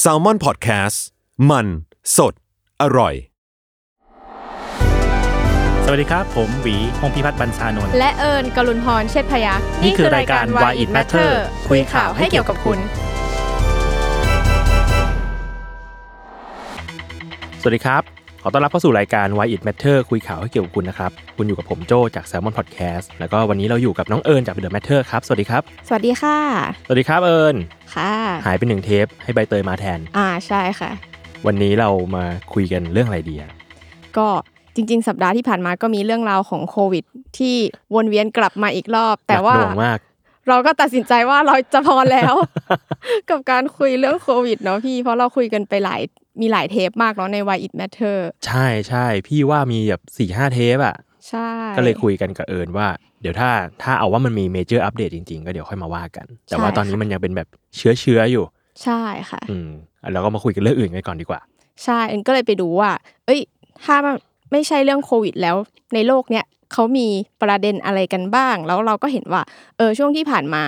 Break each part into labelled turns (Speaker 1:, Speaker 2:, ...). Speaker 1: แซลมอนพอดแคสต์มันสดอร่อย
Speaker 2: สวัสดีครับ ผมหวีพงษ์พิพัฒน์บรรชานนท์
Speaker 3: และเอิญกลุนพรเชษพยักษ์
Speaker 2: นี่คือรายการ Why It Matter คุยข่าวให้เกี่ยวกับคุณ สวัสดีครับ ขอต้อนรับเข้าสู่รายการ Why It Matter คุยข่าวให้เกี่ยวกับคุณนะครับ คุณอยู่กับผมโจจาก Salmon Podcast แล้วก็วันนี้เราอยู่กับน้องเอิญจาก The Matter ครับ สวัสดีครับ
Speaker 3: สวัสดีค่ะ
Speaker 2: สวัสดีครับเอิญ
Speaker 3: ค่ะ
Speaker 2: หายไปหนึ่งเทปให้ใบเตยมาแทน
Speaker 3: อ่าใช่ค่ะ
Speaker 2: วันนี้เรามาคุยกันเรื่องอะไรดีอะ
Speaker 3: ก็จริง ๆ สัปดาห์ที่ผ่านมาก็มีเรื่องราวของโควิด ที่วนเวียนกลับมาอีกรอบ แต่ว่า
Speaker 2: หนักหน่วงมาก
Speaker 3: เราก็ตัดสินใจว่าเราจะพอแล้ว กับการคุยเรื่องโควิดเนาะพี่ เพราะเราคุยกันไปหลายมีหลายเทปมากเนาะใน Why It Matter
Speaker 2: ใช่ใช่พี่ว่ามีแบบสี่ห้าเทปอะ
Speaker 3: ใช่
Speaker 2: ก็เลยคุยกันกับเอิญว่า เดี๋ยวถ้าถ้าเอาว่ามันมีเมเจอร์อัปเดตจริงๆ ก็เดี๋ยวค่อยมาว่ากัน แต่ว่าตอนนี้มันยังเป็นแบบเชื้อเชื้อๆอยู่
Speaker 3: ใช่ค่ะ
Speaker 2: อืมแล้วก็มาคุยกันเรื่องอื่นกันก่อนดีกว่า
Speaker 3: ใช่เอ็นก็เลยไปดูว่า เอ้ย ถ้ามันไม่ใช่เรื่องโควิดแล้ว ในโลกเนี้ยเขามีประเด็นอะไรกันบ้าง แล้วเราก็เห็นว่า เออ ช่วงที่ผ่านมา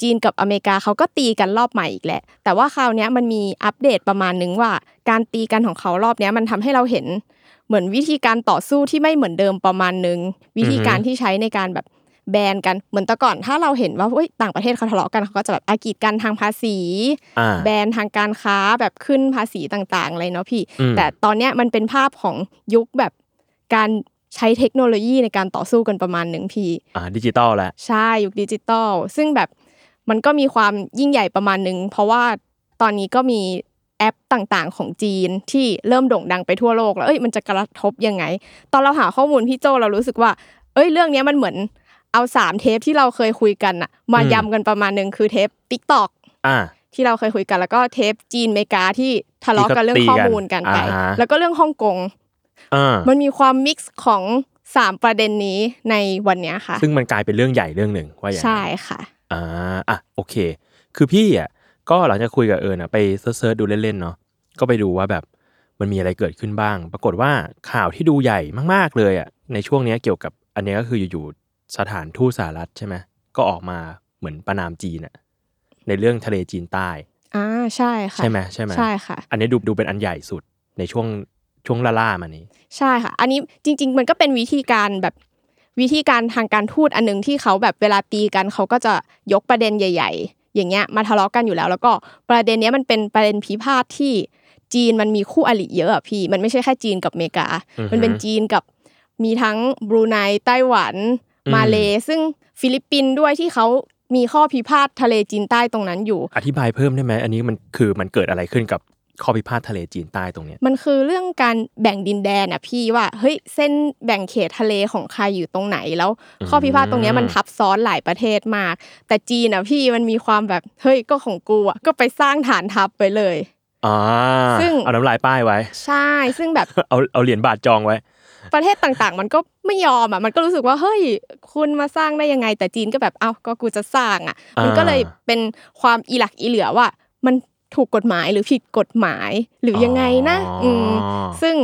Speaker 3: จีนกับอเมริกาเขาก็ตีกันรอบใหม่อีกแหละ แต่ว่าคราวเนี้ยมันมีอัปเดตประมาณนึงว่า การตีกันของเขารอบเนี้ยมันทำให้เราเห็น เหมือนวิธีการต่อสู้ที่ไม่เหมือนเดิมประมาณนึง วิธีการที่ใช้ในการแบบแบนกัน เหมือนแต่ก่อน ถ้าเราเห็นว่าเฮ้ยต่างประเทศเขาทะเลาะกันเขาก็จะแบบอากีดกันทางภาษี
Speaker 2: อ่า
Speaker 3: แบรนด์ทางการค้าแบบขึ้นภาษีต่างๆอะไรเนาะพี่
Speaker 2: อืม
Speaker 3: แต่ตอนเนี้ยมันเป็นภาพของยุคแบบการใช้เทคโนโลยีในการต่อสู้กันประมาณหนึ่งพี่
Speaker 2: อ่าดิจิตอลแล้ว
Speaker 3: ใช่ยุคดิจิตอลซึ่งแบบมันก็มีความยิ่งใหญ่ประมาณหนึ่งเพราะว่าตอนนี้ก็มีแอปต่างๆของจีนที่เริ่มโด่งดังไปทั่วโลกแล้วเอ้ยมันจะกระทบยังไง ตอนเราหาข้อมูลพี่โจเรารู้สึกว่า เอ้ยเรื่องเนี้ยมันเหมือนเอาสามเทปที่เราเคยคุยกันอะมา
Speaker 2: อืม
Speaker 3: ยำกันประมาณหนึ่งคือเทป t ิ k t o k
Speaker 2: อ่า
Speaker 3: ที่เราเคยคุยกันแล้วก็เทปจีนเมกาที่ทะเลาะกันเรื่อง
Speaker 2: ที่
Speaker 3: ข้
Speaker 2: เขาตี
Speaker 3: อ
Speaker 2: กัน
Speaker 3: มูลกันไป
Speaker 2: อ่าฮะ
Speaker 3: แล้วก็เรื่องฮ่องกง
Speaker 2: อ่า
Speaker 3: มันมีความมิกซ์ของสามประเด็นนี้ในวันเนี้ยค่ะ
Speaker 2: ซึ่งมันกลายเป็นเรื่องใหญ่เรื่องหนึ่งว่าอย่างนั้น
Speaker 3: ใช่ค่ะ
Speaker 2: อ่าอ่ะโอเค คือพี่อ่ะก็หลังจากคุยกับเอิญอ่ะไปเซิร์ชๆดูเล่นๆเนาะก็ไปดูว่าแบบมันมีอะไรเกิดขึ้นบ้าง ปรากฏว่าข่าวที่ดูใหญ่มากๆเลยอ่ะในช่วงเนี้ยเกี่ยวกับอันเนี้ยก็คืออยู่ๆสถานทูตสหรัฐใช่ไหมก็ออกมาเหมือนประนามจีนอ่ะในเรื่องทะเลจีนใต้
Speaker 3: อ่าใช่ค่ะ
Speaker 2: ใช่ไหมใช่ไหม
Speaker 3: ใช่ค่ะ
Speaker 2: อันนี้ดูดูเป็นอันใหญ่สุดในช่วงช่วงล่าล่าๆมานี้
Speaker 3: ใช่ค่ะ อันนี้จริง ๆ มันก็เป็นวิธีการแบบวิธีการทางการทูตอันหนึงที่เขาแบบเวลาตีกันเขาก็จะยกประเด็นใหญ่ ๆ อย่างเงี้ยมาทะเลาะกันอยู่แล้ว แล้วก็ประเด็นเนี้ยมันเป็นประเด็นพิพาทที่จีนมันมีคู่อริเยอะอะพี่ มันไม่ใช่แค่จีนกับอเมริกา
Speaker 2: อือฮึ
Speaker 3: มันเป็นจีนกับมีทั้งบรูไนไต้หวัน
Speaker 2: อืม
Speaker 3: มาเลซึ่งฟิลิปปินส์ด้วยที่เขามีข้อพิพาททะเลจีนใต้ตรงนั้นอยู่
Speaker 2: อธิบายเพิ่มได้ไหม อันนี้มันคือมันเกิดอะไรขึ้นกับข้อพิพาททะเลจีนใต้ตรงเนี้ย
Speaker 3: มันคือเรื่องการแบ่งดินแดนอ่ะพี่ว่าเฮ้ยเส้นแบ่งเขตทะเลของใครอยู่ตรงไหนแล้ว ข้อพิพาทตรงเนี้ยมันทับซ้อนหลายประเทศมาก แต่จีนอ่ะพี่มันมีความแบบเฮ้ยก็ของกูอ่ะก็ไปสร้างฐานทัพไปเลย
Speaker 2: อ่า
Speaker 3: ซึ่ง
Speaker 2: เอาน้ำลายป้ายไว้
Speaker 3: ใช่ซึ่งแบบ
Speaker 2: เอาเอาเหรียญบาทจองไว้
Speaker 3: ประเทศต่างๆ มันก็ไม่ยอมอ่ะมันก็รู้สึกว่าเฮ้ยคุณมาสร้างได้ยังไง แต่จีนก็แบบเอ้าก็กูจะสร้างอ่ะ
Speaker 2: อ่ามั
Speaker 3: มันก็เลยเป็นความอีหลักอีเหลือว่า มันถูกกฎหมายหรือผิดกฎหมายหรือยังไงนะ
Speaker 2: อ๋อ
Speaker 3: อืม
Speaker 2: อ
Speaker 3: ซึ่ง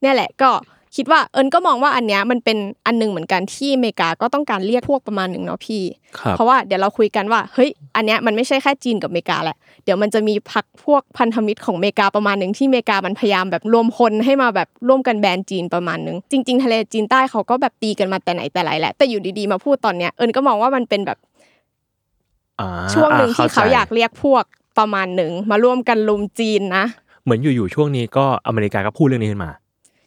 Speaker 3: เนี่ยแหละก็คิดว่าเอิญก็มองว่าอันเนี้ยมันเป็นอันหนึ่งเหมือนกันที่อเมริกาก็ต้องการเรียกพวกประมาณหนึ่งเนาะพี่
Speaker 2: ครับ
Speaker 3: เพราะว่าเดี๋ยวเราคุยกันว่าเฮ้ยอันเนี้ยมันไม่ใช่แค่จีนกับอเมริกาแหละเดี๋ยวมันจะมีพักพวกพันธมิตรของอเมริกาประมาณหนึ่งที่อเมริกามันพยายามแบบรวมพลให้มาแบบร่วมกันแบนจีนประมาณหนึ่งจริง ๆ ทะเลจีนใต้เขาก็แบบตีกันมาแต่ไหนแต่ไรแหละแต่อยู่ดีๆมาพูดตอนเนี้ยเอิญก็มองว่ามันเป็นแบบ
Speaker 2: อ่า
Speaker 3: ช่วงหนึ่ง
Speaker 2: อ่
Speaker 3: ที่เขา
Speaker 2: ใจ
Speaker 3: อยากเรียกพวกประมาณหนึ่งมาร่วมกันลุมจีนนะ
Speaker 2: เหมือนอยู่ๆช่วงนี้ก็อเมริกาก็พูดเรื่องนี้ขึ้นมา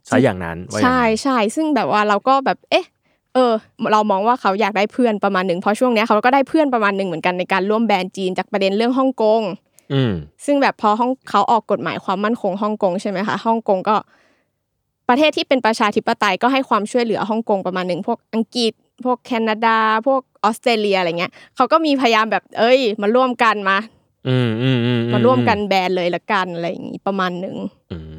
Speaker 2: ซะอย่างนั้นว่าอย่าง
Speaker 3: ใช่
Speaker 2: นั้น
Speaker 3: ใช่ซึ่งแบบว่าเราก็แบบเอ๊ะ เออ เรามองว่าเขาอยากได้เพื่อนประมาณหนึ่งเพราะช่วงเนี้ยเขาก็ได้เพื่อนประมาณหนึ่งเหมือนกันในการร่วมแบนจีนจากประเด็นเรื่องฮ่องกง
Speaker 2: อืม
Speaker 3: ซึ่งแบบพอฮ่องเขาออกกฎหมายความมั่นคงฮ่องกงใช่ไหมคะฮ่องกงก็ ประเทศที่เป็นประชาธิปไตยก็ให้ความช่วยเหลือฮ่องกงประมาณหนึ่งพวกอังกฤษ พวกแคนาดา พวกออสเตรเลียอะไรเงี้ยเขาก็มีพยายามแบบเอ้ย มาร่วมกันมา
Speaker 2: อืมอืมอืมอื
Speaker 3: มาร่วมกันแบนเลยละกันอะไรอย่างงี้ประมาณหนึ่ง
Speaker 2: อืม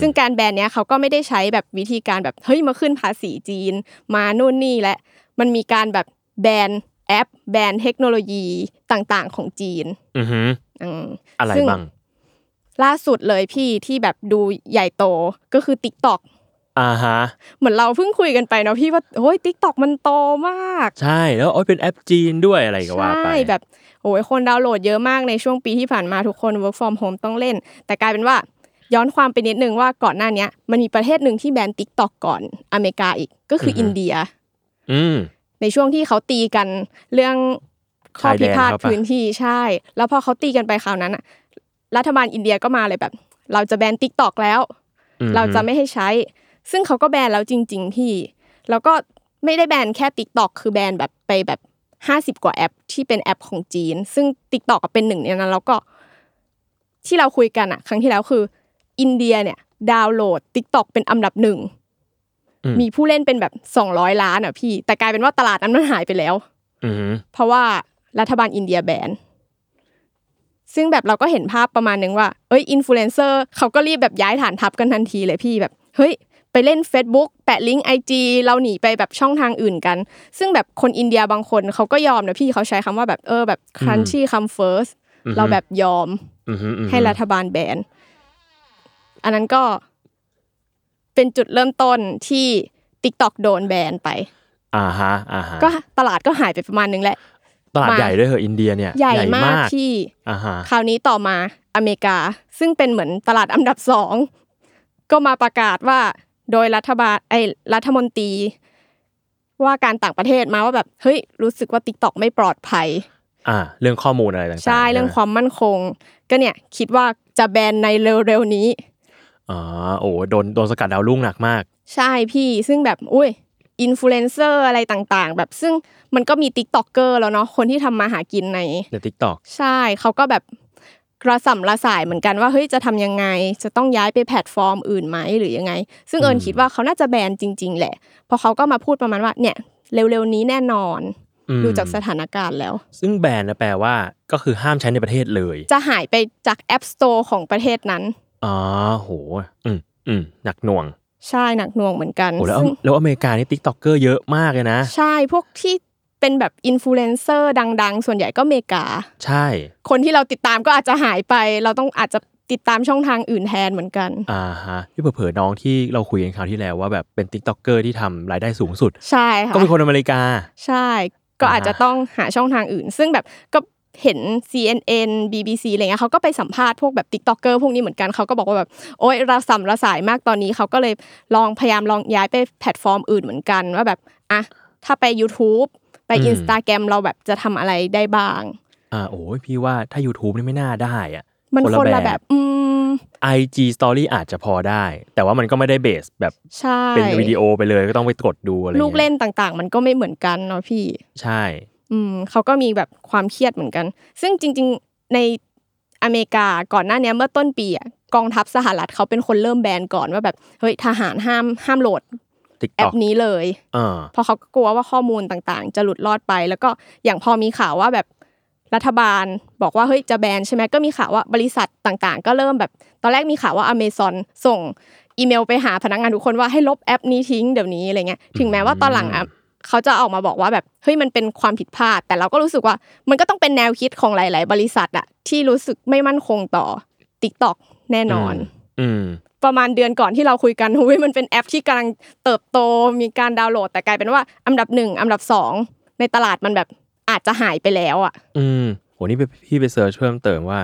Speaker 3: ซึ่งการแบนเนี้ยเขาก็ไม่ได้ใช้แบบวิธีการแบบเฮ้ยมาขึ้นภาษีจีน มานู่นนี่และ มันมีการแบบแบนแอป แบนเทคโนโลยีต่างๆของจีน
Speaker 2: อือหือ
Speaker 3: อืม
Speaker 2: อะไร
Speaker 3: ซึ่ง
Speaker 2: บ้าง
Speaker 3: ล่าสุดเลยพี่ที่แบบดูใหญ่โตก็คือ t ิ k t o k
Speaker 2: อ่าฮะ
Speaker 3: เหมือนเราเพิ่งคุยกันไปเนาะพี่ว่าโอ้ยทิกตอกมันโตมาก
Speaker 2: ใช่แล้วโอ้ยเป็นแอปจีนด้วยอะไรก็ว่าไป
Speaker 3: ใช่แบบโอ้ยคนดาวน์โหลดเยอะมากในช่วงปีที่ผ่านมาทุกคน work from home ต้องเล่น แต่กลายเป็นว่าย้อนความไปนิดนึงว่าก่อนหน้าเนี้ยมันมีประเทศหนึ่งที่แบนทิกตอกก่อนอเมริกาอีกก็คืออินเดีย
Speaker 2: อืม
Speaker 3: ในช่วงที่เขาตีกันเรื่องข้อ
Speaker 2: ชายแด
Speaker 3: พิ
Speaker 2: น
Speaker 3: พาท
Speaker 2: ครับ
Speaker 3: พื้นที่ใช่ แล้วพอเขาตีกันไปคราวนั้นอะรัฐบาลอินเดียก็มาเลยแบบ เราจะแบนทิกตอกแล้ว
Speaker 2: อื
Speaker 3: เราจะไม่ให้ใช้ ซึ่งเขาก็แบนแล้วจริง ๆ ที่ แล้วก็ไม่ได้แบนแค่ TikTok คือแบนแบบไปแบบ 50 กว่าแอปที่เป็นแอปของจีน ซึ่ง TikTok ก็เป็นหนึ่งในนั้น แล้วก็ที่เราคุยกันอะครั้งที่แล้วคือ อินเดียเนี่ยดาวน์โหลด TikTok เป็นอันดับหนึ่ง
Speaker 2: อืม
Speaker 3: มีผู้เล่นเป็นแบบ 200 ล้านอะพี่ แต่กลายเป็นว่าตลาดนั้นมันหายไปแล้ว
Speaker 2: อืม
Speaker 3: เพราะว่ารัฐบาลอินเดียแบน ซึ่งแบบเราก็เห็นภาพประมาณนึงว่า เอ้ยอินฟลูเอนเซอร์เขาก็รีบแบบย้ายฐานทัพกันทันทีเลยพี่แบบ เฮ้ย ไปเล่น Facebook แปะลิงก์ไอจีเราหนีไปแบบช่องทางอื่นกัน ซึ่งแบบคนอินเดียบางคนเขาก็ยอมนะพี่เขาใช้คำว่าแบบเออแบบครันชี่คำเฟิร์สเราแบบยอม
Speaker 2: อืมอืมอืม
Speaker 3: ให้รัฐบาลแบน อันนั้นก็เป็นจุดเริ่มต้นที่ TikTok โดนแบนไป
Speaker 2: อ่าฮะอ่าฮะ
Speaker 3: ก็ตลาดก็หายไปประมาณนึงแหละ
Speaker 2: ตลาด
Speaker 3: มา
Speaker 2: ใหญ่ด้วยเหรออินเดียเนี่ย
Speaker 3: ใหญ่มากพี่
Speaker 2: อ่าฮะ
Speaker 3: คราวนี้ต่อมาอเมริกา ซึ่งเป็นเหมือนตลาดอันดับสองก็มาประกาศว่า โดยรัฐบาลไอ้ยรัฐมนตรี ว่าการต่างประเทศมาว่าแบบเฮ้ยรู้สึกว่า TikTok ไม่ปลอดภัย
Speaker 2: อ่า เรื่องข้อมูลอะไรต่างๆ
Speaker 3: ใช่เรื่องความมั่นคง ก็เนี่ยคิดว่าจะแบนในเร็วๆนี้
Speaker 2: อ๋อโอ้โดนโดนสกัดดาวรุ่งหนักมาก
Speaker 3: ใช่พี่ซึ่งแบบอุ้ยอินฟลูเอนเซอร์อะไรต่างๆ แบบซึ่งมันก็มี TikToker แล้วเนาะคนที่ทำมาหากินใน
Speaker 2: ในทิกตอก
Speaker 3: ใช่เขาก็แบบกระสัำระสายเหมือนกันว่าเฮ้ยจะทำยังไง จะต้องย้ายไปแพลตฟอร์มอื่นไหมหรือยังไง ซึ่งเอิญคิดว่าเขาน่าจะแบนจริง ๆ แหละเพราะเขาก็มาพูดประมาณว่าเนี่ยเร็วๆนี้แน่นอน ดูจากสถานการณ์แล้ว
Speaker 2: ซึ่งแบนนะแปลว่าก็คือห้ามใช้ในประเทศเลย
Speaker 3: จะหายไปจาก App Store ของประเทศนั้น
Speaker 2: อ๋อโห อืมอืมหนักหน่วง
Speaker 3: ใช่หนักหน่วงเหมือนกัน
Speaker 2: โหแล้ว
Speaker 3: ซึ่ง
Speaker 2: แล้วอเมริกานี่ติ๊กต็อกเกอร์เยอะมากเลยนะ
Speaker 3: ใช่พวกที่เป็นแบบอินฟลูเอนเซอร์ดัง ๆ ส่วนใหญ่ก็อเมริกา
Speaker 2: ใช่
Speaker 3: คนที่เราติดตามก็อาจจะหายไป เราต้องอาจจะติดตามช่องทางอื่นแทนเหมือนกัน
Speaker 2: อ่าฮะที่เผลอๆน้องที่เราคุยกันคราวที่แล้วว่าแบบเป็นติ๊กต็อกเกอร์ที่ทำรายได้สูงสุด
Speaker 3: ใช่ค่ะ
Speaker 2: ก็เป็นคนอเมริกา
Speaker 3: ใช่ ก็
Speaker 2: อ่า
Speaker 3: อาจจะต้องหาช่องทางอื่น ซึ่งแบบก็เห็น CNN BBC อะไรเงี้ยเขาก็ไปสัมภาษณ์พวกแบบ TikToker พวกนี้เหมือนกันเขาก็บอกว่าแบบโอ๊ยระสำระสายมากตอนนี้เขาก็เลยลองพยายามลองย้ายไปแพลตฟอร์มอื่นเหมือนกันว่าแบบอ่ะถ้าไป YouTube ไป
Speaker 2: อืม
Speaker 3: Instagram เราแบบจะทำอะไรได้บ้าง
Speaker 2: อ่าโอ้ยพี่ว่าถ้า YouTube นี่ไม่น่าได้อ่ะ
Speaker 3: มัน
Speaker 2: คนละ
Speaker 3: คนละ
Speaker 2: แบ
Speaker 3: แบบ บ อืม
Speaker 2: IG Story อาจจะพอได้ แต่ว่ามันก็ไม่ได้เบสแบบ
Speaker 3: ใช่
Speaker 2: เป็นวิดีโอไปเลยก็ต้องไปกดดูอะไรงี้ย
Speaker 3: ลูกเล่นต่างๆ มันก็ไม่เหมือนกันเนาะพี่
Speaker 2: ใช่
Speaker 3: อืมเขาก็มีแบบความเครียดเหมือนกัน ซึ่งจริง ๆ ในอเมริกาก่อนหน้าเนี้ยเมื่อต้นปีอ่ะกองทัพสหรัฐเขาเป็นคนเริ่มแบนก่อนว่าแบบเฮ้ยทหารห้ามห้ามโหลด แอ
Speaker 2: TikTok
Speaker 3: ปนี้เลย
Speaker 2: อ่า
Speaker 3: เพราะเขาก็กลัวว่าข้อมูลต่างๆ จะหลุดลอดไป แล้วก็อย่างพอมีข่าวว่าแบบรัฐบาลบอกว่าเฮ้ยจะแบนใช่ไหมก็มีข่าวว่าบริษัทต่างๆ ก็เริ่มแบบ ตอนแรกมีข่าวว่าอเมซอนส่งอีเมลไปหาพนักงานทุกคนว่าให้ลบแอปนี้ทิ้งเดี๋ยวนี้อะไรเงี้ยถึงแม้ว่าตอนหลังอะ เขาจะออกมาบอกว่าแบบเฮ้ยมันเป็นความผิดพลาด แต่เราก็รู้สึกว่า มันก็ต้องเป็นแนวคิดของหลาย ๆ บริษัทอะที่รู้สึกไม่มั่นคงต่อ t ิ k t o k แน่นอน
Speaker 2: อืม
Speaker 3: ประมาณเดือนก่อนที่เราคุยกัน เฮ้ยมันเป็นแอปที่กำลังเติบโตมีการดาวน์โหลด แต่กลายเป็นว่าอันดับหนึ่งอันดับสองในตลาดมันแบบอาจจะหายไปแล้วอะ
Speaker 2: อืมโหนี่ไปพี่ไปเซิร์ชเพิ่มเติมว่า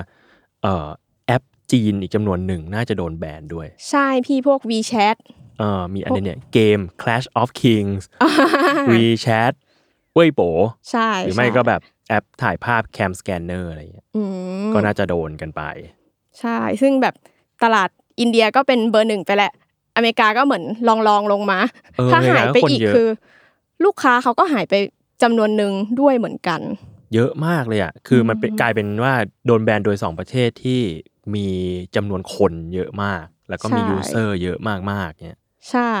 Speaker 2: เอ่อแอปจีนอีกจำนวนหนึ่งน่าจะโดนแบนด้วย
Speaker 3: ใช่พี่พวก WeChat
Speaker 2: เอ่อมีอันนี้เนี่ยเกม Clash of Kings WeChat เว่ยโป
Speaker 3: ใช่
Speaker 2: หรือไม่ก็แบบแอปถ่ายภาพแคมสแกนเนอร์อะไรเงี้ย
Speaker 3: อืม
Speaker 2: ก็น่าจะโดนกันไป
Speaker 3: ใช่ ซึ่งแบบตลาดอินเดียก็เป็นเบอร์หนึ่งไปแหละ อเมริกาก็เหมือนลองลองๆลงมา
Speaker 2: เออ
Speaker 3: ถ้าหายไปอีก
Speaker 2: อเมริกาก็คนเยอะ
Speaker 3: คือ ลูกค้าเขาก็หายไปจำนวนหนึ่งด้วยเหมือนกัน
Speaker 2: เยอะมากเลยอ่ะ คือมันเป็นกลายเป็นว่าโดนแบนโดย 2 ประเทศที่มีจำนวนคนเยอะมาก แล้วก็มี
Speaker 3: ใช่
Speaker 2: ยูเซอร์เยอะมากๆเนี่ย
Speaker 3: ใช่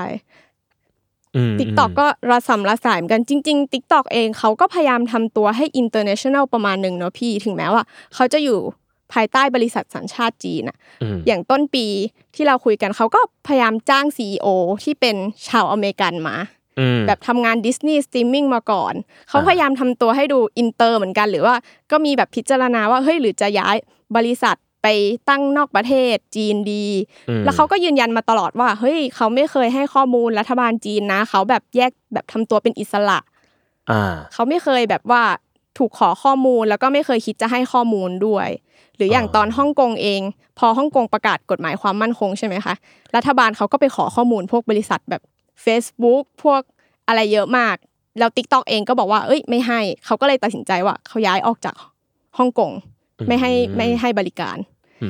Speaker 2: อืม
Speaker 3: ติ๊กต็อกก็ระสำระสายเหมือนกันจริง ๆ TikTok เองเขาก็พยายามทำตัวให้ international ประมาณหนึ่งเนาะพี่ ถึงแม้ว่า เขาจะอยู่ภายใต้บริษัทสัญชาติจีนอะ
Speaker 2: อืม
Speaker 3: อย่างต้นปีที่เราคุยกันเขาก็พยายามจ้าง CEO ที่เป็นชาวอเมริกันมา
Speaker 2: อืม
Speaker 3: แบบทำงานดิสนีย์สตรีมมิ่งมาก่อน เขา
Speaker 2: อ่า
Speaker 3: พยายามทำตัวให้ดูอินเตอร์เหมือนกัน หรือว่าก็มีแบบพิจารณาว่าเฮ้ยหรือจะย้ายบริษัท ไปตั้งนอกประเทศจีนดี
Speaker 2: อืม
Speaker 3: แล้วเขาก็ยืนยันมาตลอดว่า เฮ้ยเขาไม่เคยให้ข้อมูลรัฐบาลจีนนะ เขาแบบแยกแบบทำตัวเป็นอิสระ
Speaker 2: อ่า
Speaker 3: เขาไม่เคยแบบว่าถูกขอข้อมูลแล้วก็ไม่เคยคิดจะให้ข้อมูลด้วย หรืออย่าง
Speaker 2: อ่า
Speaker 3: ตอนฮ่องกงเอง พอฮ่องกงประกาศกฎหมายความมั่นคงใช่ไหมคะรัฐบาลเขาก็ไปขอข้อมูลพวกบริษัทแบบ Facebook พวกอะไรเยอะมาก แล้ว t ิ k t o k เองก็บอกว่าเอ้ยไม่ให้ เขาก็เลยตัดสินใจว่าเขาย้ายออกจากฮ่องกงไม่ให้ไม่ให้บริการ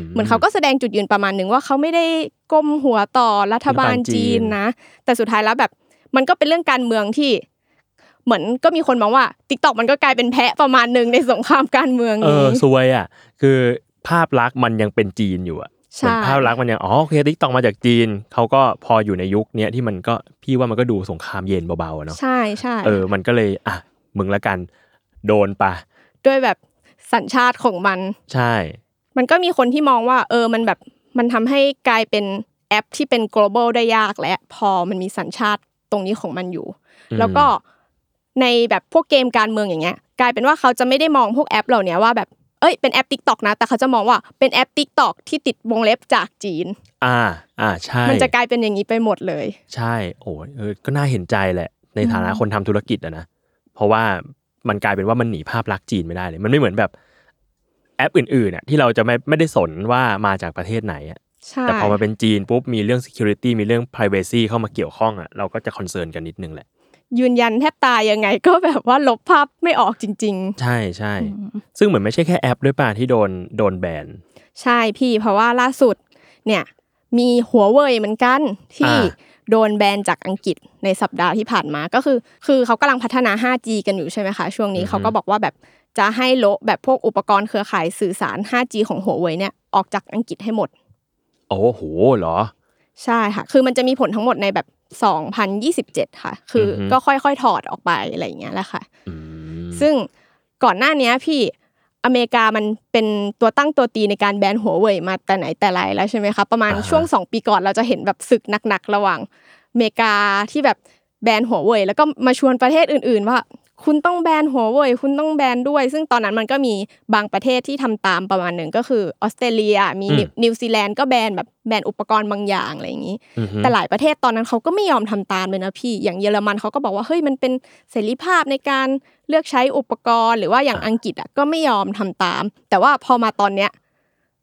Speaker 3: เหมือนเขาก็แสดงจุดยืนประมาณหนึ่งว่าเขาไม่ได้ก้มหัวต่อรัฐบาลจีนนะ แต่สุดท้ายแล้วแบบ มันก็เป็นเรื่องการเมืองที่ เหมือนก็มีคนมองว่าติ๊กต็อกมันก็กลายเป็นแพะประมาณหนึ่งในสงครามการเมือง
Speaker 2: เอ
Speaker 3: นี้
Speaker 2: อซวยอ่ะ คือภาพลักษณ์มันยังเป็นจีนอยู่อ่ะเหมือน
Speaker 3: ใช่
Speaker 2: ภาพลักษณ์มันยังอ๋อโอเคทิกตอกมาจากจีนเขาก็พออยู่ในยุคเนี้ยที่มันก็พี่ว่ามันก็ดูสงครามเย็นเบาๆอะเนาะ
Speaker 3: ใช่ใช่
Speaker 2: เออมันก็เลยอ่ะมึงละกันโดนไปะ
Speaker 3: ด้วยแบบสัญชาติของมัน
Speaker 2: ใช่
Speaker 3: มันก็มีคนที่มองว่า เออมันแบบมันทำให้กลายเป็นแอปที่เป็น global ได้ยากและพอมันมีสัญชาติตรงนี้ของมันอยู่
Speaker 2: อืม
Speaker 3: แล้วก็ในแบบพวกเกมการเมืองอย่างเงี้ย กลายเป็นว่าเขาจะไม่ได้มองพวกแอปเหล่าเนี้ยว่าแบบเอ้ยเป็นแอป t ิ k t o k นะ แต่เขาจะมองว่าเป็นแอป t ิ k t o k ที่ติดวงเล็บจากจีน
Speaker 2: อ่าอ่าใช่
Speaker 3: มันจะกลายเป็นอย่างนี้ไปหมดเลย
Speaker 2: ใช่โอ้ยเออก็น่าเห็นใจแหละ ในฐานะ
Speaker 3: อืม
Speaker 2: คนทำธุรกิจอะนะเพราะว่ามันกลายเป็นว่ามันหนีภาพลักษณ์จีนไม่ได้เลย มันไม่เหมือนแบบแอปอื่นๆน่ะที่เราจะไม่ไม่ได้สนว่ามาจากประเทศไหนอะ
Speaker 3: ใช่
Speaker 2: แต่พอมาเป็นจีนปุ๊บมีเรื่อง security มีเรื่อง privacy เข้ามาเกี่ยวข้องอ่ะเราก็จะคอนเซิร์นกันนิดนึงแหละ
Speaker 3: ยืนยันแทบตายยังไง ก็แบบว่าลบภาพไม่ออกจริง
Speaker 2: ใช่ใช่
Speaker 3: ๆ
Speaker 2: ซึ่งเหมือนไม่ใช่แค่แอปด้วยป่ะที่โดนโดนแบน
Speaker 3: ใช่พี่เพราะว่าล่าสุดเนี่ยมีหัวเว่ยเหมือนกันที่
Speaker 2: อ่า
Speaker 3: โดนแบนจากอังกฤษในสัปดาห์ที่ผ่านมาก็คือ คือเขากำลังพัฒนา 5G กันอยู่ใช่ไหมคะช่วงนี้เขาก็บอกว่าแบบจะให้โละแบบพวกอุปกรณ์เครือข่ายสื่อสาร 5G ของหัวเว่ยเนี่ยออกจากอังกฤษให้หมด
Speaker 2: โอ้โหเหรอ
Speaker 3: ใช่ค่ะ คือมันจะมีผลทั้งหมดในแบบ 2027 ค่ะ คืออ
Speaker 2: อฮึ
Speaker 3: ก็ค่อยๆ ถอดออกไปอะไรอย่างเงี้ยแหละค่ะ
Speaker 2: อืม
Speaker 3: ซึ่งก่อนหน้าเนี้ยพี่อเมริกามันเป็นตัวตั้งตัวตีในการแบนหัวเว่ยมาแต่ไหนแต่ไรแล้วใช่ไหมคะประมาณช่วง 2 ปีก่อนเราจะเห็นแบบศึกหนักๆระหว่างอเมริกาที่แบบแบนหัวเว่ยแล้วก็มาชวนประเทศอื่น ๆ ว่า คุณต้องแบนหัวเว่ยคุณต้องแบนด้วย ซึ่งตอนนั้นมันก็มีบางประเทศที่ทำตามประมาณหนึ่งก็คือออสเตรเลียมีนิวนิวซีแลนด์ก็แบนแบบแบนอุปกรณ์บางอย่างอะไรอย่างนี้
Speaker 2: อือฮึ
Speaker 3: แต่หลายประเทศตอนนั้นเขาก็ไม่ยอมทำตามเลยนะพี่ อย่างเยอรมันเขาก็บอกว่าเฮ้ยมันเป็นเสรีภาพในการเลือกใช้อุปกรณ์ หรือว่าอย่างอังกฤษอ่ะก็ไม่ยอมทำตาม แต่ว่าพอมาตอนเนี้ย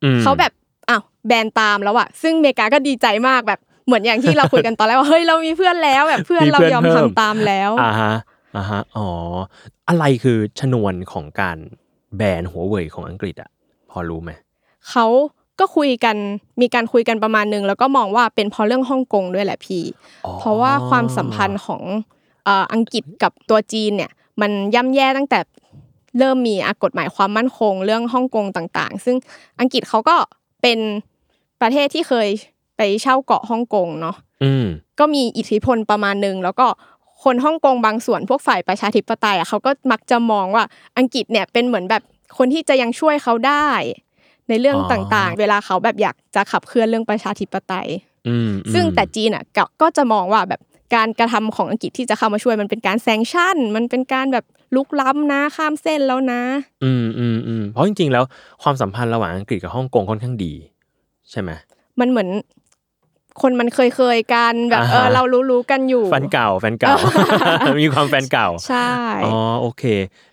Speaker 2: อืม
Speaker 3: เขาแบบอ้าวแบนตามแล้วอะซึ่งอเมริกาก็ดีใจมากแบบเหมือนอย่างที่เราคุยกันตอนแรกว่าเฮ้ยเรามีเพื่อนแล้วแบบเพื่อนเรายอมทำตามแล้ว
Speaker 2: อ่าฮะอ่าฮะอ๋ออะไรคือชนวนของการแบนหัวเว่ยของอังกฤษอะพอรู้ไหม
Speaker 3: เขาก็คุยกันมีการคุยกันประมาณหนึ่งแล้วก็มองว่าเป็นเพราะเรื่องฮ่องกงด้วยแหละพี่
Speaker 2: อ๋อ
Speaker 3: เพราะว่าความสัมพันธ์ของเอ่ออังกฤษกับตัวจีนเนี่ยมันย่ำแย่ตั้งแต่เริ่มมีอ่ะกฎหมายความมั่นคงเรื่องฮ่องกงต่างๆ ซึ่งอังกฤษเขาก็เป็นประเทศที่เคยไปเช่าเกาะฮ่องกงเนาะ
Speaker 2: อืม
Speaker 3: ก็มีอิทธิพลประมาณหนึ่งแล้วก็คนฮ่องกงบางส่วนพวกฝ่ายประชาธิปไตยอ่ะเขาก็มักจะมองว่าอังกฤษเนี่ยเป็นเหมือนแบบคนที่จะยังช่วยเขาได้ ในเรื่องต่างๆ เวลาเขาแบบอยากจะขับเคลื่อนเรื่องประชาธิปไตย
Speaker 2: อืมอืม
Speaker 3: ซึ่งแต่จีนอ่ะก็ก็จะมองว่าแบบการกระทำของอังกฤษที่จะเข้ามาช่วยมันเป็นการแซงชั่น มันเป็นการแบบลุกล้ำนะข้ามเส้นแล้วนะ
Speaker 2: อืมอืมอืมเพราะจริงๆแล้วความสัมพันธ์ระหว่างอังกฤษกับฮ่องกงค่อนข้างดี ใช่ไหม
Speaker 3: มันเหมือนคนมันเคยเคยๆกันแบบ
Speaker 2: อ่าฮะ
Speaker 3: เออเรารู้รู้ๆกันอยู่
Speaker 2: แฟนเก่าแฟนเก่า มีความแฟนเก่า
Speaker 3: ใช่
Speaker 2: อ๋อโอเค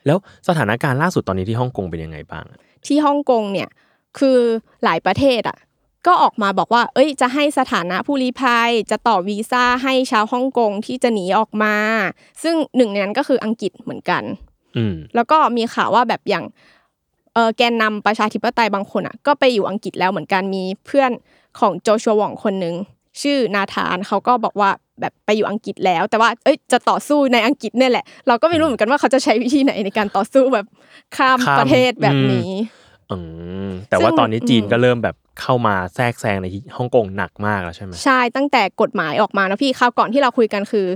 Speaker 2: แล้วสถานการณ์ล่าสุดตอนนี้ที่ฮ่องกงเป็นยังไงบ้างอะ
Speaker 3: ที่ฮ่องกงเนี่ยคือหลายประเทศอ่ะก็ออกมาบอกว่า เอ้ยจะให้สถานะผู้ลี้ภัยจะต่อวีซ่าให้ชาวฮ่องกงที่จะหนีออกมา ซึ่งหนึ่งในนั้นก็คืออังกฤษเหมือนกัน
Speaker 2: อืม
Speaker 3: แล้วก็มีข่าวว่าแบบอย่างเออแกนนำประชาธิปไตยบางคนอ่ะ ก็ไปอยู่อังกฤษแล้วเหมือนกันมีเพื่อนของโจชัวหว่องคนหนึ่งชื่อนาธานเขาก็บอกว่าแบบไปอยู่อังกฤษแล้ว แต่ว่าเอ้ยจะต่อสู้ในอังกฤษเนี่ยแหละ เราก็ไม่รู้เหมือนกันว่าเขาจะใช้วิธีไหนในการต่อสู้แบบข้ามประเทศแบบนี้
Speaker 2: อืมแต่ว่าตอนนี้จีนก็เริ่มแบบเข้ามาแทรกแซงในฮ่องกงหนักมากแล้วใช่ไหม
Speaker 3: ใช่ตั้งแต่กฎหมายออกมานะพี่คราวก่อนที่เราคุยกันคือ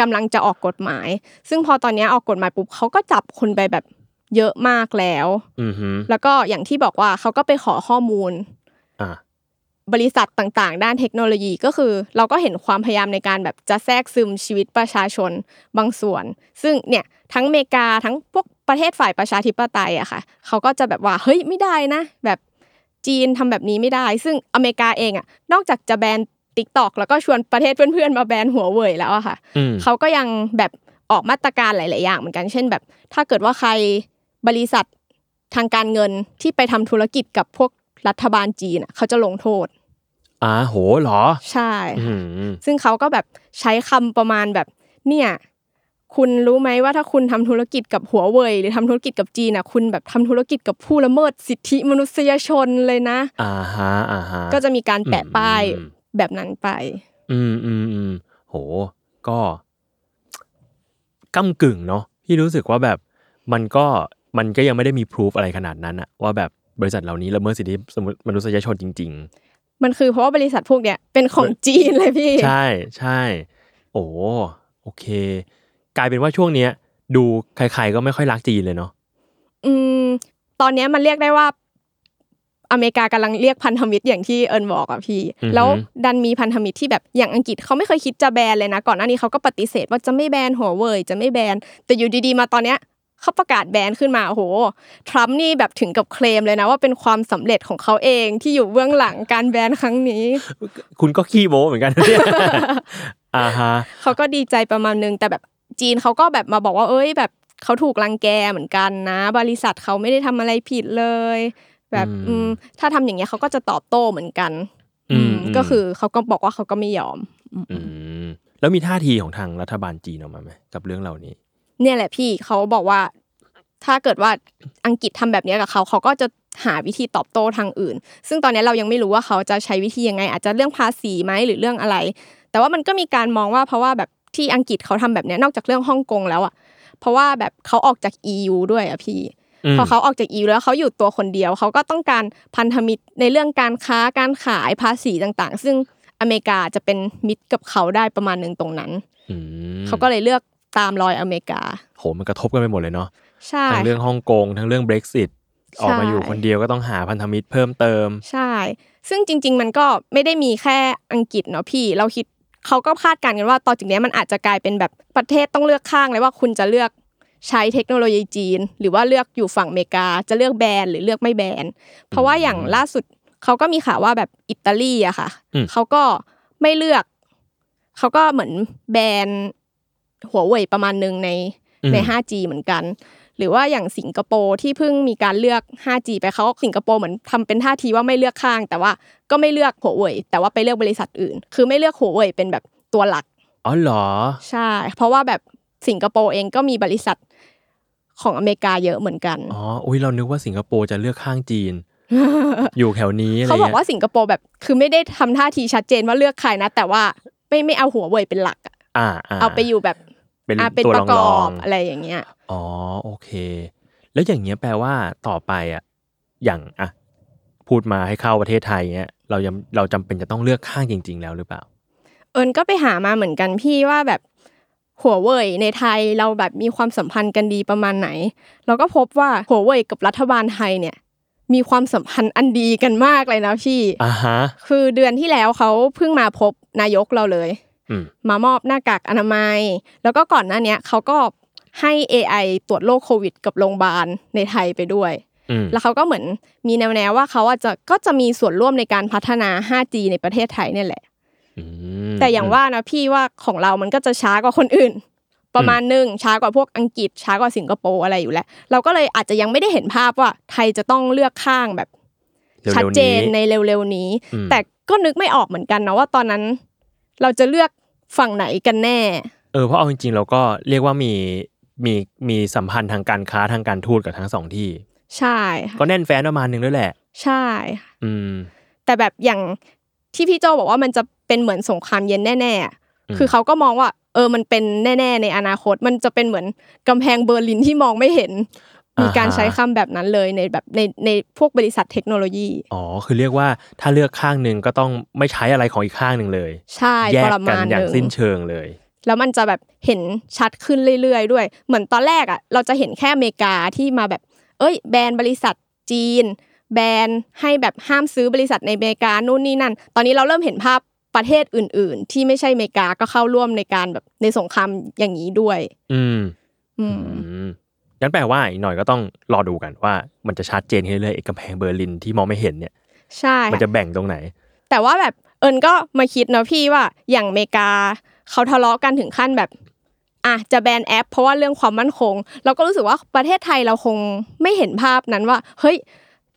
Speaker 3: กำลังจะออกกฎหมาย ซึ่งพอตอนเนี้ยออกกฎหมายปุ๊บเขาก็จับคนไปแบบเยอะมากแล้ว
Speaker 2: อือฮึ
Speaker 3: แล้วก็อย่างที่บอกว่าเขาก็ไปขอข้อมูล
Speaker 2: อ่ะ
Speaker 3: บริษัทต่างๆ ด้านเทคโนโลยีก็คือ เราก็เห็นความพยายามในการแบบจะแทรกซึมชีวิตประชาชนบางส่วน ซึ่งเนี่ยทั้งอเมริกาทั้งพวกประเทศฝ่ายประชาธิปไตยอะค่ะเขาก็จะแบบว่าเฮ้ยไม่ได้นะ แบบ จีนทำแบบนี้ไม่ได้ ซึ่งอเมริกาเองอ่ะนอกจากจะแบนติ๊กตอกแล้วก็ชวนประเทศเพื่อนๆมาแบนหัวเว่ยแล้วอะค่ะ
Speaker 2: อืม
Speaker 3: เขาก็ยังแบบออกมาตรการหลาย ๆ อย่างเหมือนกัน เช่นแบบ ถ้าเกิดว่าใครบริษัททางการเงินที่ไปทำธุรกิจกับพวกรัฐบาลจีนอะเขาจะลงโทษ
Speaker 2: อ่าโหเหรอ
Speaker 3: ใช่
Speaker 2: อื
Speaker 3: ค่ะ
Speaker 2: ม
Speaker 3: ซึ่งเขาก็แบบใช้คำประมาณแบบ เนี่ย คุณรู้ไหมว่าถ้าคุณทำธุรกิจกับหัวเว่ยหรือทำธุรกิจกับจีนอะคุณแบบทำธุรกิจกับผู้ละเมิดสิทธิมนุษยชนเลยนะ
Speaker 2: อ่าฮะอ่าฮะ
Speaker 3: ก็จะมีการแปะป้าย
Speaker 2: อืม
Speaker 3: แบบนั้นไป
Speaker 2: อืมอืมอืมโห ก็ก้ากึ่งเนาะพี่รู้สึกว่าแบบมันก็มันก็ยังไม่ได้มีพิสูจอะไรขนาดนั้นอะว่าแบบบริษัทเหล่านี้ละเมิดสิทธิมนุษยชนจริง
Speaker 3: มันคือเพราะว่าบริษัทพวกเนี้ยเป็นของจีนเลยพี่
Speaker 2: ๆ ใช่ใช่โอ้โอเค กลายเป็นว่าช่วงเนี้ย ดูใครๆก็ไม่ค่อยรักจีนเลยเนาะ
Speaker 3: อืมตอนเนี้ยมันเรียกได้ว่า อเมริกากำลังเรียกพันธมิตรอย่างที่เอิญบอกอะพี่ แล้วดันมีพันธมิตรที่แบบอย่างอังกฤษเขาไม่เคยคิดจะแบนเลยนะ ก่อนหน้านี้เขาก็ปฏิเสธว่าจะไม่แบนหัวเว่ยจะไม่แบน แต่อยู่ดีๆ มาตอนเนี้ยเขาประกาศแบนขึ้นมาโอ้โหทรัมป์นี่แบบถึงกับเคลมเลยนะ ว่าเป็นความสำเร็จของเขาเองที่อยู่เบื้องหลังการแบนครั้งนี้
Speaker 2: คุณก็ขี้โม้เหมือนกันนะเนี่ย อ่าฮะ
Speaker 3: เขาก็ดีใจประมาณนึงแต่แบบจีนเขาก็แบบมาบอกว่า เอ้ย แบบเขาถูกรังแกเหมือนกันนะ บริษัทเขาไม่ได้ทำอะไรผิดเลย แบบ
Speaker 2: อื
Speaker 3: อื
Speaker 2: ม
Speaker 3: มถ้าทำอย่างเงี้ยเขาก็จะตอบโต้เหมือนกัน
Speaker 2: อืม
Speaker 3: ก็คือเขาก็บอกว่าเขาก็ไม่ยอม
Speaker 2: อืมแล้วมีท่าทีของทางรัฐบาลจีนออกมาไหมกับเรื่องเหล่านี้
Speaker 3: เนี่ยแหละพี่เขาบอกว่า ถ้าเกิดว่าอังกฤษทำแบบเนี้ยกับเขาเขาก็จะหาวิธีตอบโต้ทางอื่น ซึ่งตอนเนี้ยเรายังไม่รู้ว่าเขาจะใช้วิธียังไง อาจจะเรื่องภาษีไหมหรือเรื่องอะไร แต่ว่ามันก็มีการมองว่าเพราะว่าแบบที่อังกฤษเขาทำแบบเนี้ยนอกจากเรื่องฮ่องกงแล้วอ่ะเพราะว่าแบบเขาออกจาก EU ด้วยอ่ะพี่
Speaker 2: อืม
Speaker 3: พอเขาออกจาก EU แล้วเขาอยู่ตัวคนเดียว เขาก็ต้องการพันธมิตรในเรื่องการค้าการขายภาษีต่างๆ ซึ่งอเมริกาจะเป็นมิตรกับเขาได้ประมาณหนึ่งตรงนั้น
Speaker 2: อืม
Speaker 3: เขาก็เลยเลือกตามรอยอเมริกา
Speaker 2: โหมันกระทบกันไปหมดเลยเนาะ
Speaker 3: ใช่
Speaker 2: ทั้งเรื่องฮ่องกงทั้งเรื่อง Brexit ออกมาอยู่คนเดียวก็ต้องหาพันธมิตรเพิ่มเติม
Speaker 3: ใช่ ซึ่งจริง ๆ มันก็ไม่ได้มีแค่อังกฤษเนาะพี่ เราคิดเขาก็คาดการณ์กันว่าต่อจากเนี้ยมันอาจจะกลายเป็นแบบประเทศต้องเลือกข้างเลยว่าคุณจะเลือกใช้เทคโนโลยีจีน หรือว่าเลือกอยู่ฝั่งอเมริกาจะเลือกแบรนด์หรือเลือกไม่แบรนด์เพราะว่าอย่างล่าสุดเขาก็มีข่าวว่าแบบอิตาลีอะค่ะ
Speaker 2: อืม
Speaker 3: เขาก็ไม่เลือกเขาก็เหมือนแบรนด์หัวเว่ยประมาณหนึ่งใน ใน
Speaker 2: อืม
Speaker 3: 5G เหมือนกัน หรือว่าอย่างสิงคโปร์ที่เพิ่งมีการเลือก 5G ไปเขาสิงคโปร์เหมือนทำเป็นท่าทีว่าไม่เลือกข้าง แต่ว่าก็ไม่เลือกหัวเว่ยแต่ว่าไปเลือกบริษัทอื่น คือไม่เลือกหัวเว่ยเป็นแบบตัวหลัก
Speaker 2: อ๋อเหรอ
Speaker 3: ใช่ เพราะว่าแบบสิงคโปร์เองก็มีบริษัทของอเมริกาเยอะเหมือนกัน
Speaker 2: อ๋อ อุ้ยเรานึกว่าสิงคโปร์จะเลือกข้างจีน อยู่แถวนี้อะไร
Speaker 3: เขาบอก
Speaker 2: เงี้ย
Speaker 3: ว่าสิงคโปร์แบบคือไม่ได้ทำท่าทีชัดเจนว่าเลือกใครนะ แต่ว่าไม่ไม่เอาหัวเว่ยเป็นหลักอะ
Speaker 2: อ่า
Speaker 3: เอาไปอยู่แบบ
Speaker 2: เป็น
Speaker 3: อ่ะเป็น
Speaker 2: ตัวร
Speaker 3: ป
Speaker 2: อง
Speaker 3: ระก
Speaker 2: ร
Speaker 3: อ
Speaker 2: อบ ง
Speaker 3: อะไรอย่างเงี้ย
Speaker 2: อ๋อโอเค แล้วอย่างเงี้ยแปลว่าต่อไปอ่ะอย่างอ่ะพูดมาให้เข้าประเทศไทยเงี้ยเรายังเราจำเป็นจะต้องเลือกข้างจริง ๆ แล้วหรือเปล่า
Speaker 3: เอิญก็ไปหามาเหมือนกันพี่ว่าแบบหัวเว่ยในไทยเราแบบมีความสัมพันธ์กันดีประมาณไหน เราก็พบว่าหัวเว่ยกับรัฐบาลไทยเนี่ย มีความสัมพันธ์อันดีกันมากเลยนะพี่
Speaker 2: อ่าฮะ
Speaker 3: คือเดือนที่แล้วเขาเพิ่งมาพบนายกเราเลย
Speaker 2: อืม
Speaker 3: มามอบหน้ากากอนามัย แล้วก็ก่อนหน้าเนี้ยเขาก็ให้ AI ตรวจโรคโควิด กับโรงพยาบาลในไทยไปด้วย
Speaker 2: อืม
Speaker 3: แล้วเขาก็เหมือนมีแนวแนวว่าเขาอาจจะก็จะมีส่วนร่วมในการพัฒนา 5G ในประเทศไทยเนี่ยแหละ
Speaker 2: อืม
Speaker 3: แต่อย่างว่านะพี่ว่าของเรามันก็จะช้ากว่าคน อื่น ประมาณหนึ่งช้ากว่าพวกอังกฤษ ช้ากว่าสิงคโปร์อะไรอยู่แล้ว เราก็เลยอาจจะยังไม่ได้เห็นภาพว่าไทยจะต้องเลือกข้างแบบ
Speaker 2: ร็วๆ
Speaker 3: ชัดเจนใน
Speaker 2: นี้
Speaker 3: เร็วๆนี้
Speaker 2: อืม
Speaker 3: แต่ก็นึกไม่ออกเหมือนกันนะว่าตอนนั้น เราจะเลือกฝั่งไหนกันแน่
Speaker 2: เออเพราะเอาจริงๆเราก็เรียกว่ามีมีมีสัมพันธ์ทางการค้าทางการทูตกับทั้งสองที่
Speaker 3: ใช่ค่ะ
Speaker 2: ก็แน่นแฟนประมาณหนึ่งด้วยแหละ
Speaker 3: ใช่ค่ะ
Speaker 2: อืม
Speaker 3: แต่แบบอย่างที่พี่โจบอกว่ามันจะเป็นเหมือนสงครามเย็นแน่
Speaker 2: อืม
Speaker 3: ๆ คือเขาก็มองว่า เออมันเป็นแน่ ๆ ในอนาคต มันจะเป็นเหมือนกำแพงเบอร์ลินที่มองไม่เห็น มีการใช้
Speaker 2: อ่ฮะ
Speaker 3: คำแบบนั้นเลยในแบบในในพวกบริษัทเทคโนโลยี
Speaker 2: อ๋อคือเรียกว่าถ้าเลือกข้างหนึ่งก็ต้องไม่ใช้อะไรของอีกข้างหนึ่งเลย
Speaker 3: ใช่
Speaker 2: แย
Speaker 3: ป
Speaker 2: ก
Speaker 3: ระ
Speaker 2: กัน
Speaker 3: มาณ
Speaker 2: อย่าง
Speaker 3: หนึ่ง
Speaker 2: สิ้นเชิงเลย
Speaker 3: แล้วมันจะแบบเห็นชัดขึ้นเรื่อยๆด้วย เหมือนตอนแรกอ่ะเราจะเห็นแค่อเมริกาที่มาแบบ เอ้ย แบนบริษัทจีน แบนให้แบบห้ามซื้อบริษัทในอเมริกานู่นนี่นั่น ตอนนี้เราเริ่มเห็นภาพประเทศอื่น ๆ ที่ไม่ใช่อเมริกาก็เข้าร่วมในการแบบในสงครามอย่างนี้ด้วย
Speaker 2: อืม
Speaker 3: อืม
Speaker 2: อืมงั้นแปลว่าอีกหน่อยก็ต้องรอดูกันว่ามันจะชัดเจนขึ้นเรื่อยๆไอ้กำแพงเบอร์ลินที่มองไม่เห็นเนี่ย
Speaker 3: ใช่
Speaker 2: มัน
Speaker 3: ค่ะ
Speaker 2: จะแบ่งตรงไหน
Speaker 3: แต่ว่าแบบเอิญก็มาคิดเนาะพี่ว่าอย่างอเมริกาเขาทะเลาะกันถึงขั้นแบบอ่ะจะแบนแอป เพราะว่าเรื่องความมั่นคง เราก็รู้สึกว่าประเทศไทยเราคงไม่เห็นภาพนั้นว่า เฮ้ย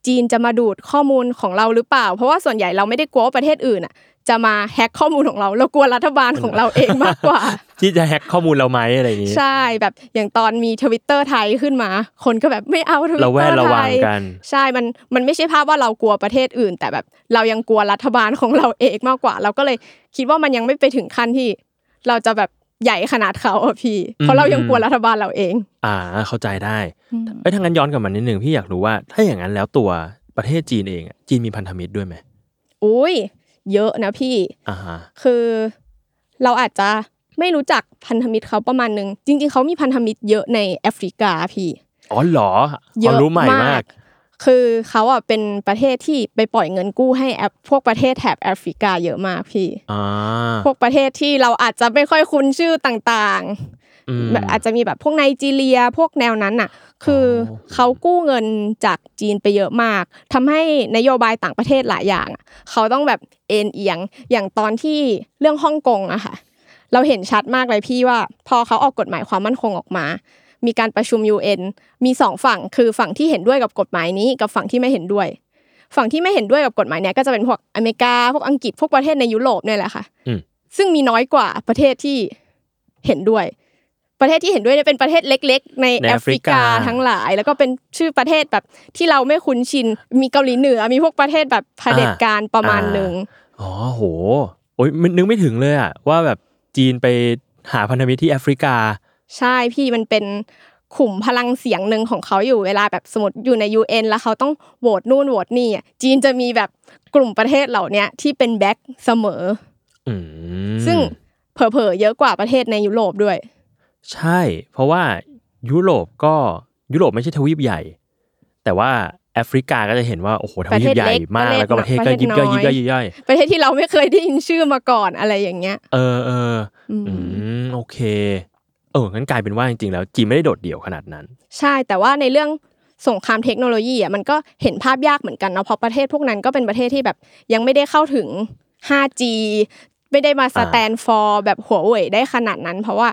Speaker 3: จีนจะมาดูดข้อมูลของเราหรือเปล่า เพราะว่าส่วนใหญ่เราไม่ได้กลัวว่าประเทศอื่นอ่ะ จะมาแฮ็กข้อมูลของเรา เรากลัวรัฐบาลของเราเองมากกว่า
Speaker 2: ที่จะแฮ็กข้อมูลเราไหมอะไรอย่างนี้
Speaker 3: ใช่แบบอย่างตอนมีทวิตเตอร์ไทยขึ้นมา คนก็แบบไม่เอาทวิต
Speaker 2: เราแว
Speaker 3: เต
Speaker 2: ด
Speaker 3: อร์
Speaker 2: ระ
Speaker 3: ไท
Speaker 2: วัง
Speaker 3: ย
Speaker 2: กัน
Speaker 3: ใช่ มัน มันไม่ใช่ภาพว่าเรากลัวประเทศอื่น แต่แบบเรายังกลัวรัฐบาลของเราเองมากกว่า เราก็เลยคิดว่ามันยังไม่ไปถึงขั้นที่ เราจะแบบใหญ่ขนาดเขาอะพี่ เพราะเรายังกลัวรัฐบาลเราเอง
Speaker 2: อ่า เข้าใจได้ เอ้ยถ้างั้นย้อนกลับมานิดนึงพี่อยากรู้ว่าถ้าอย่างนั้นแล้วตัวประเทศจีนเองอะจีนมีพันธมิตรด้วยไหม
Speaker 3: อุ้ยเยอะนะพี่
Speaker 2: อ่าฮะ
Speaker 3: คือเราอาจจะไม่รู้จักพันธมิตรเขาประมาณนึง จริง ๆ เขามีพันธมิตรเยอะในแอฟริกาพี่
Speaker 2: อ๋อเหรอ
Speaker 3: เย
Speaker 2: ควา
Speaker 3: อะ
Speaker 2: มรู้ใหม่มาก
Speaker 3: คือเขาอ่ะเป็นประเทศที่ไปปล่อยเงินกู้ให้แอฟพวกประเทศแถบแอฟริกาเยอะมากพี่
Speaker 2: อ่า
Speaker 3: พวกประเทศที่เราอาจจะไม่ค่อยคุ้นชื่อต่าง
Speaker 2: อืม
Speaker 3: ๆแบบอาจจะมีแบบพวกไนจีเรียพวกแนวนั้นน่ะ คืออ
Speaker 2: อ
Speaker 3: เขากู้เงินจากจีนไปเยอะมากทำให้นโยบายต่างประเทศหลายอย่างอะเขาต้องแบบเอ็นเอียงอย่างตอนที่เรื่องฮ่องกงอะค่ะ เราเห็นชัดมากเลยพี่ว่า พอเขาออกกฎหมายความมั่นคงออกมา มีการประชุม UN มีสองฝั่งคือฝั่งที่เห็นด้วยกับกฎหมายนี้กับฝั่งที่ไม่เห็นด้วย ฝั่งที่ไม่เห็นด้วยกับกฎหมายเนี้ยก็จะเป็นพวกอเมริกาพวกอังกฤษพวกประเทศในยุโรปเนี่ยแหละค่ะ
Speaker 2: อืม
Speaker 3: ซึ่งมีน้อยกว่าประเทศที่เห็นด้วย ประเทศที่เห็นด้วยเนี่ยเป็นประเทศเล็ก ๆ ใน
Speaker 2: ใน
Speaker 3: แอ
Speaker 2: แอ
Speaker 3: ฟ
Speaker 2: ฟริ
Speaker 3: ริ
Speaker 2: กา
Speaker 3: กาทั้งหลาย แล้วก็เป็นชื่อประเทศแบบที่เราไม่คุ้นชิน มีเกาหลีเหนือมีพวกประเทศแบบเผด็จการประมาณหนึ่ง
Speaker 2: อ๋อโหโอ้ยมันนึกไม่ถึงเลยอะว่าแบบจีนไปหาพันธมิตรที่แอฟริกา
Speaker 3: ใช่พี่มันเป็นขุมพลังเสียงหนึ่งของเขาอยู่เวลาแบบสมมติอยู่ใน UN แล้วเขาต้องโหวตนู่นโหวตนี่อ่ะจีนจะมีแบบกลุ่มประเทศเหล่าเนี้ยที่เป็นแบ็คเสมอ
Speaker 2: อืม
Speaker 3: ซึ่งเผลอๆเยอะกว่าประเทศในยุโรปด้วย
Speaker 2: ใช่ เพราะว่ายุโรปก็ยุโรปไม่ใช่ทวีปใหญ่ แต่ว่าแอฟริกาก็จะเห็นว่าโอ้โหทวีปใหญ่มาก
Speaker 3: ประเทศเล็ก
Speaker 2: แล้วก็ประเทศ
Speaker 3: ป
Speaker 2: ก็
Speaker 3: ระเท
Speaker 2: ยิ
Speaker 3: ศ
Speaker 2: บ
Speaker 3: น้อย
Speaker 2: ย่อยยิบย่อยยิบย่อย
Speaker 3: ประเทศที่เราไม่เคยได้ยินชื่อมาก่อนอะไรอย่างเงี้ย
Speaker 2: เออเออ
Speaker 3: อืม
Speaker 2: อืมโอเค เอองั้นกลายเป็นว่าจริงๆแล้วจีนไม่ได้โดดเดี่ยวขนาดนั้น
Speaker 3: ใช่แต่ว่าในเรื่องสงครามเทคโนโลยีอ่ะมันก็เห็นภาพยากเหมือนกันเนาะเพราะประเทศพวกนั้นก็เป็นประเทศที่แบบยังไม่ได้เข้าถึง 5G ไม่ได้มาส
Speaker 2: อ่า
Speaker 3: แตนฟอร์แบบหัวเว่ยได้ขนาดนั้น เพราะว่า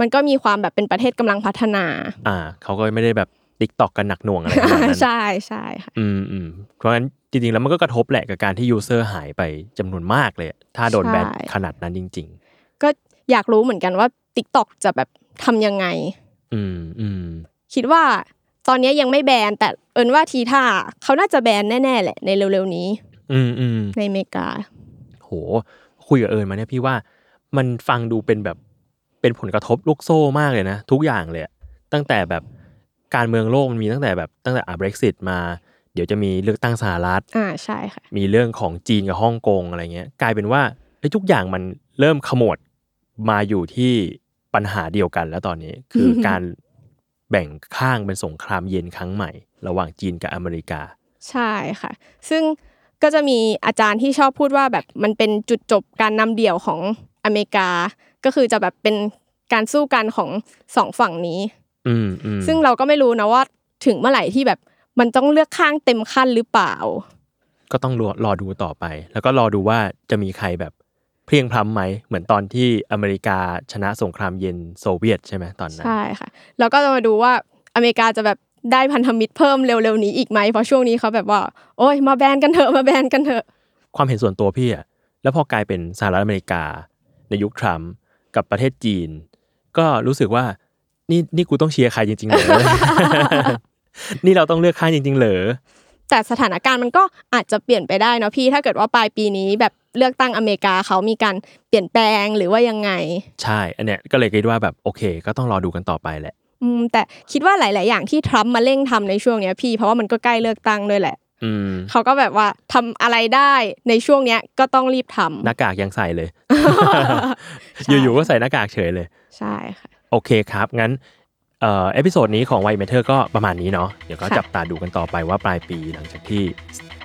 Speaker 3: มันก็มีความแบบเป็นประเทศกำลังพัฒนา
Speaker 2: อ่าเขาก็ไม่ได้แบบติ๊กตอกกันหนักหน่วงอะไรขนาดนั้น
Speaker 3: ใช่ใช่ค่ะ
Speaker 2: อืมอืมเพราะงั้นจริงๆแล้วมันก็กระทบแหละกับการที่ยูเซอร์หายไปจำนวนมากเลยอะถ้าโดน
Speaker 3: ใช่
Speaker 2: แบนขนาดนั้นจริง
Speaker 3: ก็อยากรู้เหมือนกันว่า TikTok จะแบบทำยังไง
Speaker 2: ๆ อืมอืม
Speaker 3: คิดว่าตอนนี้ยังไม่แบนแต่เอินว่าทีท่าเขาน่าจะแบนแน่ๆแหละในเร็วๆนี้
Speaker 2: อืมอืม
Speaker 3: ในอเมริกา
Speaker 2: โห คุยกับเอิญมาเนี่ยพี่ว่ามันฟังดูเป็นแบบเป็นผลกระทบลูกโซ่มากเลยนะ ทุกอย่างเลยอะตั้งแต่แบบการเมืองโลกมันมีตั้งแต่แบบตั้งแต่อ่ะ Brexit มา เดี๋ยวจะมีเลือกตั้งสหรัฐ
Speaker 3: อ่าใช่ค่ะ
Speaker 2: มีเรื่องของจีนกับฮ่องกงอะไรเงี้ย กลายเป็นว่าเอ้ยทุกอย่างมันเริ่มขมวดมาอยู่ที่ปัญหาเดียวกันแล้วตอน นี้ คือ การแบ่งข้างเป็นสงครามเย็นครั้งใหม่ ระหว่างจีนกับอเมริกา
Speaker 3: ใช่ค่ะ ซึ่งก็จะมีอาจารย์ที่ชอบพูดว่าแบบมันเป็นจุดจบการนำเดี่ยวของอเมริกา ก็คือจะแบบเป็นการสู้กันของสองฝั่งนี้
Speaker 2: อืมอืม
Speaker 3: ซึ่งเราก็ไม่รู้นะว่าถึงเมื่อไหร่ที่แบบมันต้องเลือกข้างเต็มขั้นหรือเปล่า
Speaker 2: ก็ต้องรอรอดูต่อไป แล้วก็รอดูว่าจะมีใครแบบเพลียงพล้ำไหม เหมือนตอนที่อเมริกาชนะสงครามเย็นโซเวียตใช่ไหมตอนนั้น
Speaker 3: ใช่ค่ะ แล้วก็จะมาดูว่าอเมริกาจะแบบได้พันธมิตรเพิ่มเร็วๆนี้อีกไหมเพราะช่วงนี้เขาแบบว่า โอ้ยมาแบนกันเถอะมาแบนกันเถอะ
Speaker 2: ความเห็นส่วนตัวพี่อะแล้วพอกลายเป็นสหรัฐอเมริกา ในยุคทรัมป์กับประเทศจีน ก็รู้สึกว่านี่นี่กูต้องเชียร์ใครจริงๆเหรอ นี่เราต้องเลือกข้างจริงๆเหรอ
Speaker 3: แต่สถานการณ์มันก็อาจจะเปลี่ยนไปได้เนาะพี่ถ้าเกิดว่าปลายปีนี้แบบเลือกตั้งอเมริกาเขามีการเปลี่ยนแปลงหรือว่ายังไง
Speaker 2: ใช่ อันเนี้ยก็เลยคิดว่าแบบโอเค ก็ต้องรอดูกันต่อไปแหละ
Speaker 3: อืมแต่คิดว่าหลาย ๆ อย่างที่ทรัมป์มาเร่งทำในช่วงเนี้ยพี่เพราะว่ามันก็ใกล้เลือกตั้งด้วยแหละ
Speaker 2: อืม
Speaker 3: เขาก็แบบว่าทำอะไรได้ในช่วงเนี้ยก็ต้องรีบทำ
Speaker 2: หน้ากากยังใส่เลย
Speaker 3: ใช่
Speaker 2: อยู่ๆก็ใส่หน้ากากเฉยเลย
Speaker 3: ใช่ค่ะ
Speaker 2: โอเคครับ งั้นเอ่อเอพิโซดนี้ของไวเมเทอร์ก็ประมาณนี้เนาะเดี๋ยวก็
Speaker 3: ค่ะ
Speaker 2: จับตาดูกันต่อไปว่าปลายปีหลังจากที่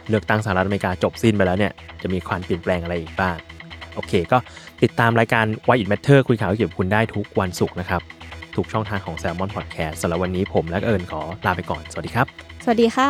Speaker 2: เลือกตั้งสหรัฐอเมริกาจบสิ้นไปแล้วเนี่ย จะมีความเปลี่ยนแปลงอะไรอีกบ้าง โอเค ก็ติดตามรายการ Why It Matter คุยข่าวเกี่ยวกับคุณได้ทุกวันศุกร์นะครับ ทุกช่องทางของ Salmon Podcast สำหรับวันนี้ผมและเอิญขอลาไปก่อน สวัสดีครับ
Speaker 3: สวัสดีค่ะ